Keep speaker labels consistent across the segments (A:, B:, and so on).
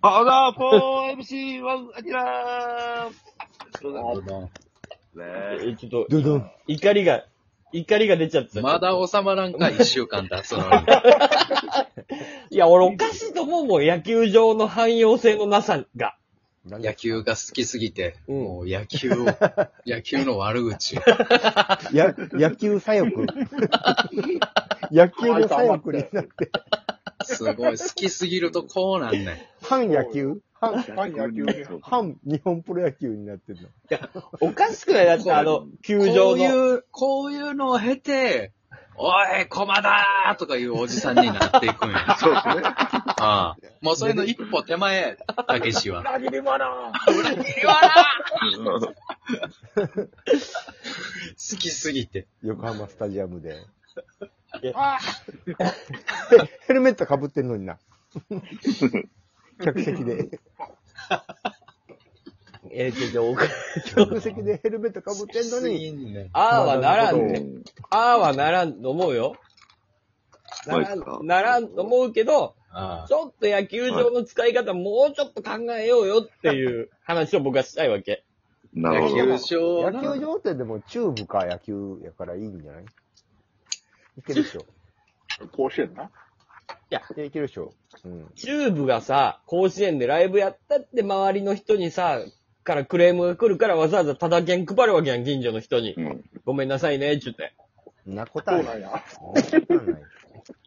A: パウダー 4MC1 アキラーそうだね。
B: え、ちょっと、
C: ドドン。
B: 怒りが、怒りが出ちゃった。
D: まだ収まらんか、一週間経 つのに。
B: いや、俺おかしいと思うもん、野球場の汎用性のなさが。
D: 野球が好きすぎて、
B: うん
D: もう野球を、野球の悪口を。
C: や、野球 左翼。野球の左翼になって、
D: すごい、好きすぎるとこうなんねん。
C: 反野球反、
E: はい、野球ね。
C: 反日本プロ野球になってるの。
B: おかしくないだって、あの、球
D: こ
B: 場
D: う
B: の。
D: いう、こういうのを経て、おい、駒だーとかいうおじさんになっていくんや。
E: そうですね。
D: ああもうそれの一歩手前、たけしは。
B: 切り者
D: 好きすぎて。
C: 横浜スタジアムで。
B: いや
C: ヘヘルメット被ってんのにな。客席で。
B: えー、ちょ、ちょ、おか
C: 客席でヘルメット被ってんのに、
D: ね。
B: ああはなら
C: そ
B: ん
C: う
B: ね。ああはならんと思うよ。なら
E: マジか
B: ん、ならんと思うけど、
D: ああ
B: ちょっと野球場の使い方もうちょっと考えようよっていう話を僕はしたいわけ。
E: なる
D: 野
E: ほど
D: 球。場
C: 野
D: な
C: 球場ってでもチューブか野球やからいいんじゃないいけるでしょ。
E: 甲子園な。
C: いや、いけるでしょ。うん。
B: チューブがさ、甲子園でライブやったって周りの人にさ、からクレームが来るからわざわざただ券配るわけやん、近所の人に。
E: うん。
B: ごめんなさいね、っちゅって。
C: んなこと
E: そ
C: は
E: う
C: な。
E: ないんや。
C: そんなことはない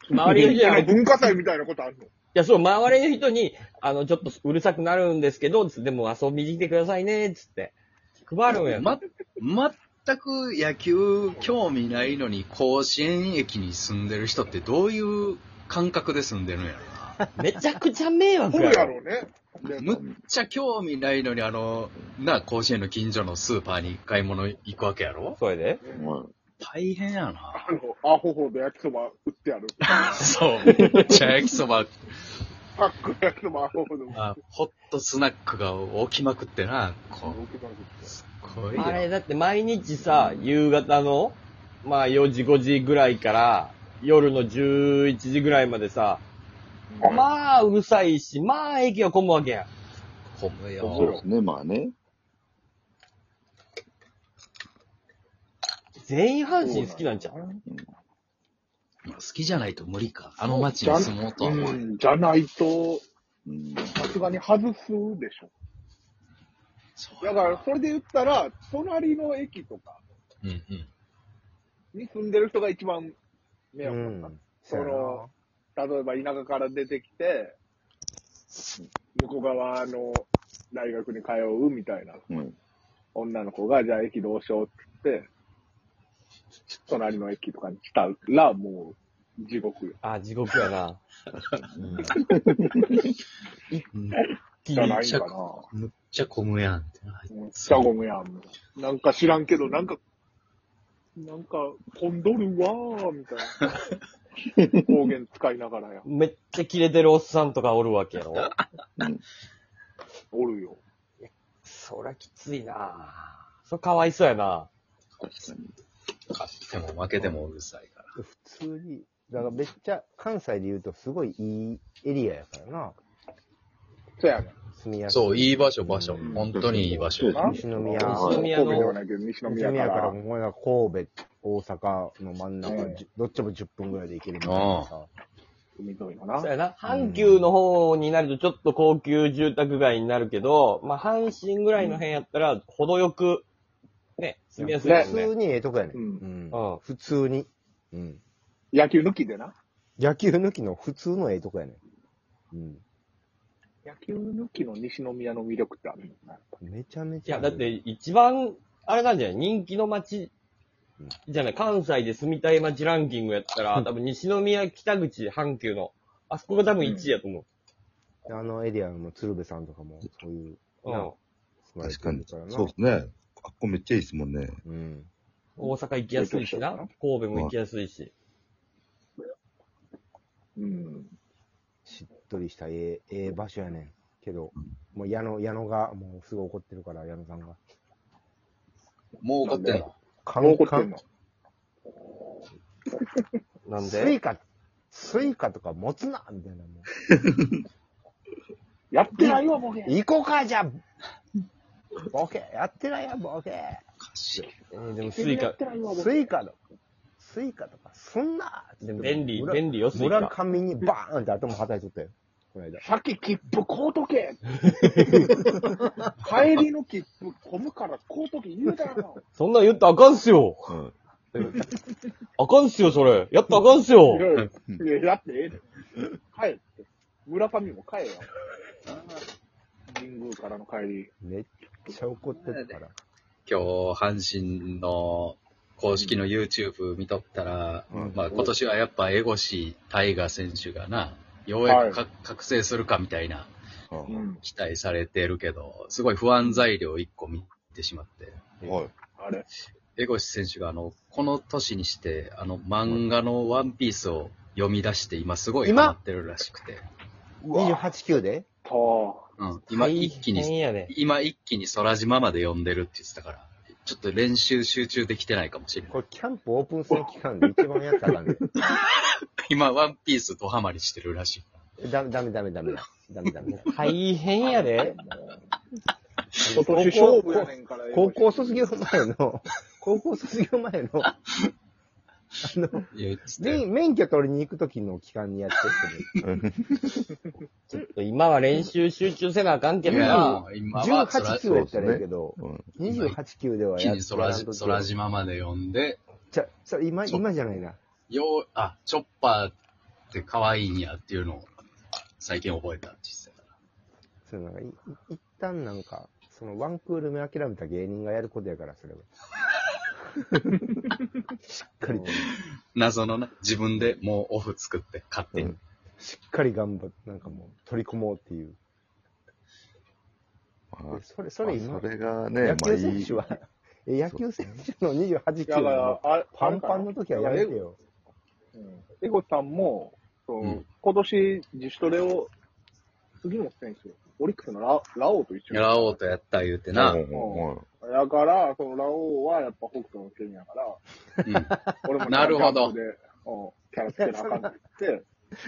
B: 周りの人に
E: あの文化祭みたいなことあるの
B: いや、そう、周りの人に、あの、ちょっとうるさくなるんですけど、つって、でも遊びに来てくださいね、つって。配るんやん。
D: ま、全く野球興味ないのに甲子園駅に住んでる人ってどういう感覚で住んでるんやろな。
B: めちゃくちゃ迷惑
E: そう
B: や
E: や
B: ろ。
E: ろうね。で
D: むっちゃ興味ないのにあの、な、甲子園の近所のスーパーに買い物行くわけやろ
B: それで
D: 大変やな。
E: あの、アホホの焼きそば売ってある。
D: そう。めっちゃ焼きそば、
E: パックの焼きそばアホホの。
D: あホットスナックが起きまくってな。こう、すごいよ
B: あれ、だって毎日さ、夕方の、まあ4時5時ぐらいから、夜の11時ぐらいまでさ、まあうるさいし、まあ駅が混むわけやん。
D: 混む
F: そうで
D: よ。
F: すね、まあね。
B: 全員阪神好きなんじゃん。
D: まあ好きじゃないと無理か。あの街に住もうとは思う。
E: うん、じゃないと、
F: うん。
E: さすがに外すでしょ。
D: そう
E: だから、それで言ったら、隣の駅とか
D: うんうん。
E: に住んでる人が一番迷
C: う
E: 惑だった。
C: ん。
E: その、例えば田舎から出てきて、向こう側の大学に通うみたいな
F: うん。
E: 女の子が、じゃあ駅どうしようって言って、隣の駅とかに来たら、もう、地獄よ。
B: あ、地獄やな。
D: うん
E: じゃないんかな。
D: むっちゃ混むやんってな。
E: うん下ゴムやん。なんか知らんけど、なんか、なんか、混んどるわー、みたいな。方言使いながらや。
B: めっちゃキレてるおっさんとかおるわけやろ。
E: おるよ。
B: そりゃきついなそれかわいそうやな。
D: 勝っても負けてもうるさいから。
C: 普通に、だからめっちゃ、関西で言うとすごいいいエリアやからな。
E: そやね。
C: 住みやすい。
D: そう、いい場所、場所。
F: うん
D: 本当にいい場所。
F: そうです
C: 西宮。
B: 西宮の
E: 神戸ではないけど、西
C: 西
E: 宮
C: 宮
E: か
C: から、
E: ら。
C: もうなんか神戸、大阪の真ん中、
E: うん
C: じゅどっちも10分ぐらいで行けるみたいなさ。
E: 海沿いの
B: そう
E: な。
B: やな。阪急の方になるとちょっと高級住宅街になるけど、まあ、阪神ぐらいの辺やったら、程よく、ね、住みやすいも
C: 普
B: んね。
C: 通にええとこやね、
E: うんん。
B: うん。
C: 普通に。うん。
E: 野球抜きでな。
C: 野球抜きの普通のええとこやねん。
E: 野球抜きの西宮の魅力ってあるのか
C: うん。めちゃめ
B: い
C: ちゃ
B: や、
C: あ
B: だ
C: る。
B: って一番、あれなんじゃない人気の街、じゃない関西で住みたい街ランキングやったら、多分西宮、北口、阪急の、あそこが多分1位やと思
C: あのエリアの鶴瓶さんとかも、そういう、
B: う。う
C: うん
B: ん。
C: 住まれ
F: 確
C: て
F: か
C: る
F: に。
C: からな。
F: そうですね。あっこめっちゃいいですもんね。
C: うん。
B: 大阪行きやすいしな。神戸も行きやすいし。
E: うん。
C: しっとりしたええ、ええ場所やねん。けど、もう矢野、矢野が、もうすぐ怒ってるから、矢野さんが。
D: もう怒ってんの。
C: カ
E: もう怒ってんの。
B: なん
C: スイ
B: で
C: カ、スイカとか持つなみたいなもん。
E: やってないわ、ボケ。
C: 行こうか、じゃあ。ボケ、やってないや、ボケ。
B: えーでもスイ
E: や
B: カ
E: っ、てないわ、ボケ。
C: スイカとか、スイカとか、そんな。でも
B: 便利
C: 村
B: 便利よスイカ
C: 村上にバーンって頭叩いとったよ。この間。
E: さっき切符買うとけ。 帰りの切符混むから買うとけ言うたよ。
B: そんなん言ったらあかんっすよ。
F: うん。
B: あかんっすよ、それ。やったらあかんっすよ
E: い。やいや、いやだってええで。帰って。村上も帰れよ。神宮からの帰り。
C: めっちゃ怒ってたから。
D: 今日、阪神の公式の YouTube 見とったら、
F: うん
D: まあ今年はやっぱ江越大河選手がな、ようやくか、覚醒するかみたいな
F: は
E: うん。
D: 期待されてるけど、すごい不安材料1個見てしまって。
F: い。はい。
E: あれ。
D: 江越選手があの、この年にして、あの、漫画のワンピースを読み出して、今すごい
C: 今
D: ハマってるらしくて。
C: 28球で
E: と、
D: うん、今一
B: 大
D: 気に、
B: 変やね。
D: 今一気に空島まで読んでるって言ってたから、ちょっと練習集中できてないかもしれない。
C: これキャンプオープン戦期間で一番やったらあかんで。
D: 今ワンピースドハマりしてるらしい。
C: ダメダメダメダメだ。ダメダメだ。
B: 大変やで。
E: 今年勝負やねんからよ
C: 高校卒業前 の、高校卒業前の、あの、
D: いや、言ってたよ
C: 免免許取りに行く時の期間にやってって
B: 今は練習集中せなあかんけど
D: い
B: な
D: や。今
C: ね、
D: は空
C: 18球やったらいいけど、
F: うん。
C: 28球では
D: 一気
C: や
D: に空じ空島まで読んで、
C: じゃ、それ今、今じゃないな。
D: よう、あ、チョッパーって可愛いんやっていうのを最近覚えたって言ってたから。
C: そうなんか、いい一旦なんか、そのワンクール目諦めた芸人がやることやから、それは。 しっかり、
D: 謎のね、自分でもうオフ作って勝手に。
F: うん
C: しっかり頑張って、なんかもう取り込もうっていう。
F: まあ
C: でそれ、それ 今、
F: それがね、
C: 野
F: まあ
C: 球
F: い
C: 選
F: い
C: 手。は、え野球選手の28球
E: だから
C: の、
E: あれ
C: パンパンの時はやめてよ。
E: うんエゴさんも、そう
D: うん
E: 今年自主トレを、杉本選手、オリックスのララオウと一緒に。
D: ラオウとやった言うてな。
F: う
D: うんん。
F: うんうん
E: だから、そのラオウはやっぱ北斗の剣やから、俺も
D: なるほど
E: キャンプで、うん、キャラつけなあかんって言って、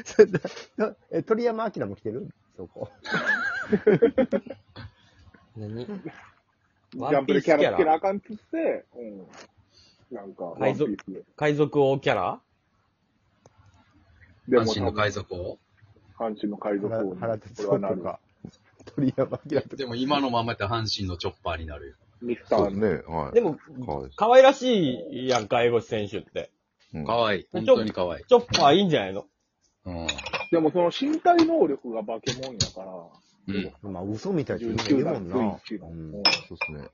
C: それだだ え鳥山明も来てるそこ。
B: 何
E: ジ
B: ワ
E: ャ
B: ン
E: ン
B: ピー
E: プで
B: スキ
E: キャ
B: ャ
E: ラつけな
B: ラ
E: あかんって言って、うん。なんか、ワンピースで。
B: 海賊王キャラ
E: でも、
D: 阪神の
E: 多分
D: 海賊王
E: 阪神の海賊
C: 原
E: 王に
C: 原
E: こ
C: 哲
E: れは
C: 夫
E: なる
C: と。か、鳥山明とか。
D: でも今のままやったら阪神のチョッパーになるよ。
E: ミスタ
F: そう
E: ー
F: です
E: ね。
F: ね。はい。
B: でも、
F: かわい
B: 可愛らしいやんか、江越選手って。
F: うん
D: かわいい。本当にかわいい。
B: チョッパーいいんじゃないの
D: うん。
E: でもその身体能力が化け物やから、
D: うん。
C: まあ、嘘みたいな人い
E: 19
C: るも
E: 代
C: ん
E: の
C: な。
E: スイッチ
C: う
E: の。
C: ん
E: うん
F: そうですね。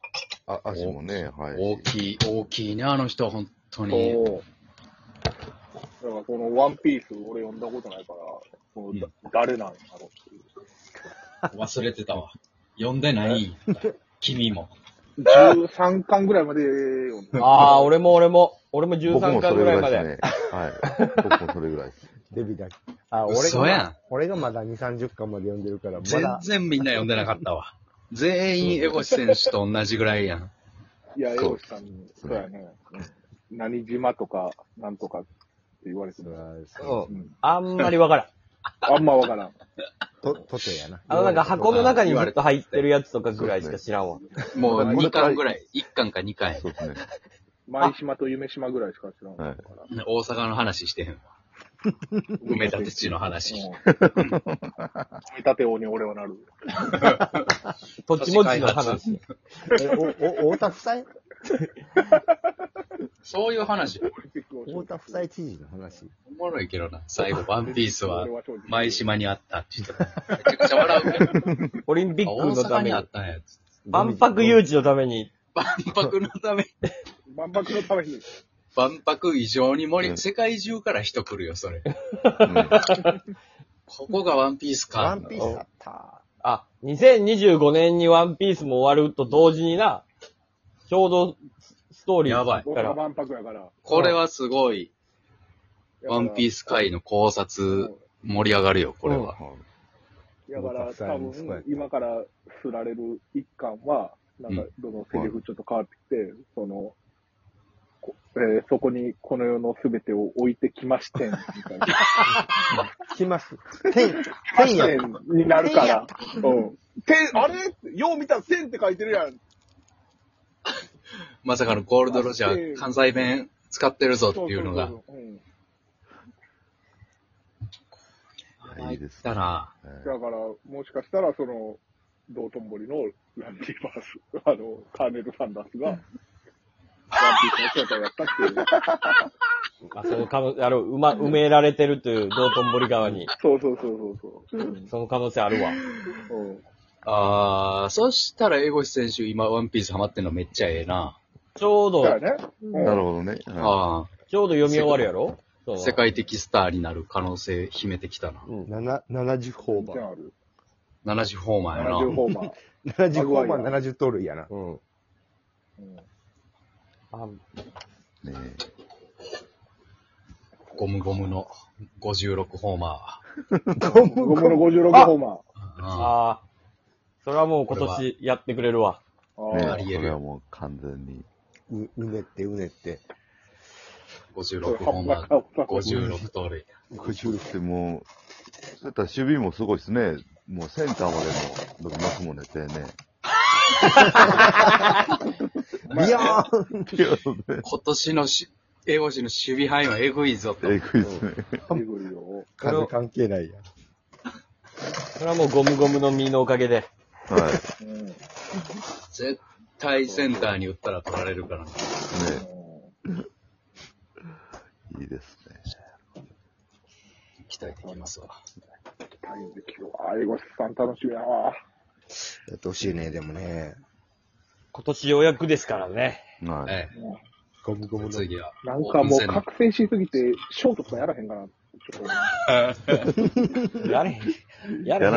F: あ、足もね、はい。
D: 大きい、大きいね、あの人、本当に。
E: そう。だからこのワンピース俺読んだことないから、そのだ誰なんやろっていう。
D: 忘れてたわ。呼んでない。君も。
E: 13巻ぐらいまで読んだ。
B: ああ、俺も俺も、俺も
F: 僕
B: 13
F: も
B: 巻
F: そ
B: ぐ
F: れぐ
B: らい
F: らい
B: まで。
F: ですね。はい。僕もそれぐらいです。
C: デビだけ。あ、俺
D: 嘘や
C: が、
D: ん。
C: 俺がまだ2、30巻まで読んでるから、ま
D: 全
C: だ、
D: 然みんな呼んでなかったわ。全員、江越選手と同じぐらいやん。
E: いや、江
F: そう
E: 口さんに、そうやね。うん何島とか、なんとかって言われて
C: う
E: る。
C: わ
B: う。
E: うんん。
B: あんまりわからん。
E: あんまわからん。
C: と、とてやな。
B: あの、なんか箱の中にずっと入ってるやつとかぐらいしか知らんわ。
D: もう
F: まあ
D: 2巻ぐらい。1巻か2巻や
F: そうですね。
E: 舞島と夢島ぐらいしか知らんから。
D: 大阪の話してへん わ。埋め立て地の話。
E: うん組み立て王に俺はなる。
B: 土地持ちの
D: 都市開発
B: 話。
C: えお、お、大田夫妻
D: そういう話。
C: 大田夫妻知事の話。
D: おもろいけどな。最後、ワンピースは
E: 俺、正直
D: 舞島にあったって言ってた。めちゃくちゃ笑うけど。
B: オリンピッ
D: 大
B: クのた
D: 阪
B: め
D: にあ
B: に
D: っ、たんやつ。
B: 万博誘致のために、
D: 万博のために、
E: 万博のために。
D: 万博以上に盛
F: う
D: り、
F: ん
D: 世界中から人来るよ、それ。
F: うん
D: ここがワンピースか。
C: ワンピースだった。
B: あ、2025年にワンピースも終わると同時にな、ちょうどストーリー
D: やばい
E: 僕
B: か
E: は
B: ら、
E: 万博やから。
D: これはすごい、ワンピー
E: ス。
D: ス界の考察、盛り上がるよ、これは。
F: はい
E: だから多分、今からすられる一巻は、なんか、どのセリフちょっと変わってきて、その、こえーそこにこの世のすべてを置いてきましてん、みたいな。
C: 来ます。天、天や。
E: 線になるから。うん。線、あれよう見たら線って書いてるやん。
D: まさかのゴールドロジャー関西弁使ってるぞっていうのが。
E: そうそうそううん
F: はいいいですね。
D: だな。
F: はい
E: だから、もしかしたら、その、道頓堀のランディバース、あの、カーネル・サンダースが、ワンピースの姿をやったっていう。
B: あ、その可能あの、うま、埋められてるという、道頓堀側に。
E: そうそうそうそうそう。
B: その可能性あるわ。
E: うん。
D: あー、そしたら江越選手今ワンピースハマってんのめっちゃええな。
B: ちょうど、
E: だよね。うん
F: なるほどね。は
D: あ
B: ちょうど読み終わるやろそ
D: あ、
B: の
D: 世界的スターになる可能性秘めてきたな。
B: うん。
C: 7 70ホー
E: 全
C: バ
E: 然
C: ー。
E: ある。
D: 70ホーマーやな。
E: 70ホーマー。
C: 70ホーバー、70盗塁やな。
B: うん。
E: うん
B: あ
F: い。ねえ
D: ゴムゴムの56ホーマ
C: ゴム
E: ゴムの56ホーマー。
D: ー。
B: あー、それはもう今年やってくれるわ。
E: あ
F: ね
E: あ
D: あり
F: え、
D: える
F: それはもう完全に。
C: ううねって、うねって。
D: 56ホーマー。56盗塁。
F: そしてもう、そうやったら守備もすごいですね。もうセンターまでも、僕、マスも寝てね。
C: ビヨーン
D: 今年のし、江越の守備範囲はエグいぞと。
F: えぐいですね。
E: エグいよ。
C: 風関係ないやん。
B: それはもうゴムゴムの実のおかげで。
F: はい。ね
E: うん。ね
D: 絶対センターに打ったら取られるからな。
F: いいですね。
D: 期待できますわ。
E: 大変できるわ。エゴシさん楽しみやわ。
C: やってほしいね、でもね。
B: 今年ようやくですからね。
F: はい。
D: え
C: ゴムゴム
D: え、
C: の。
D: 次は。
E: なんかも
D: オープン
E: う
D: 戦
E: 覚醒しすぎて、ショートとかやらへんかな。ちょっと
B: やれへん。やれへん。
F: やら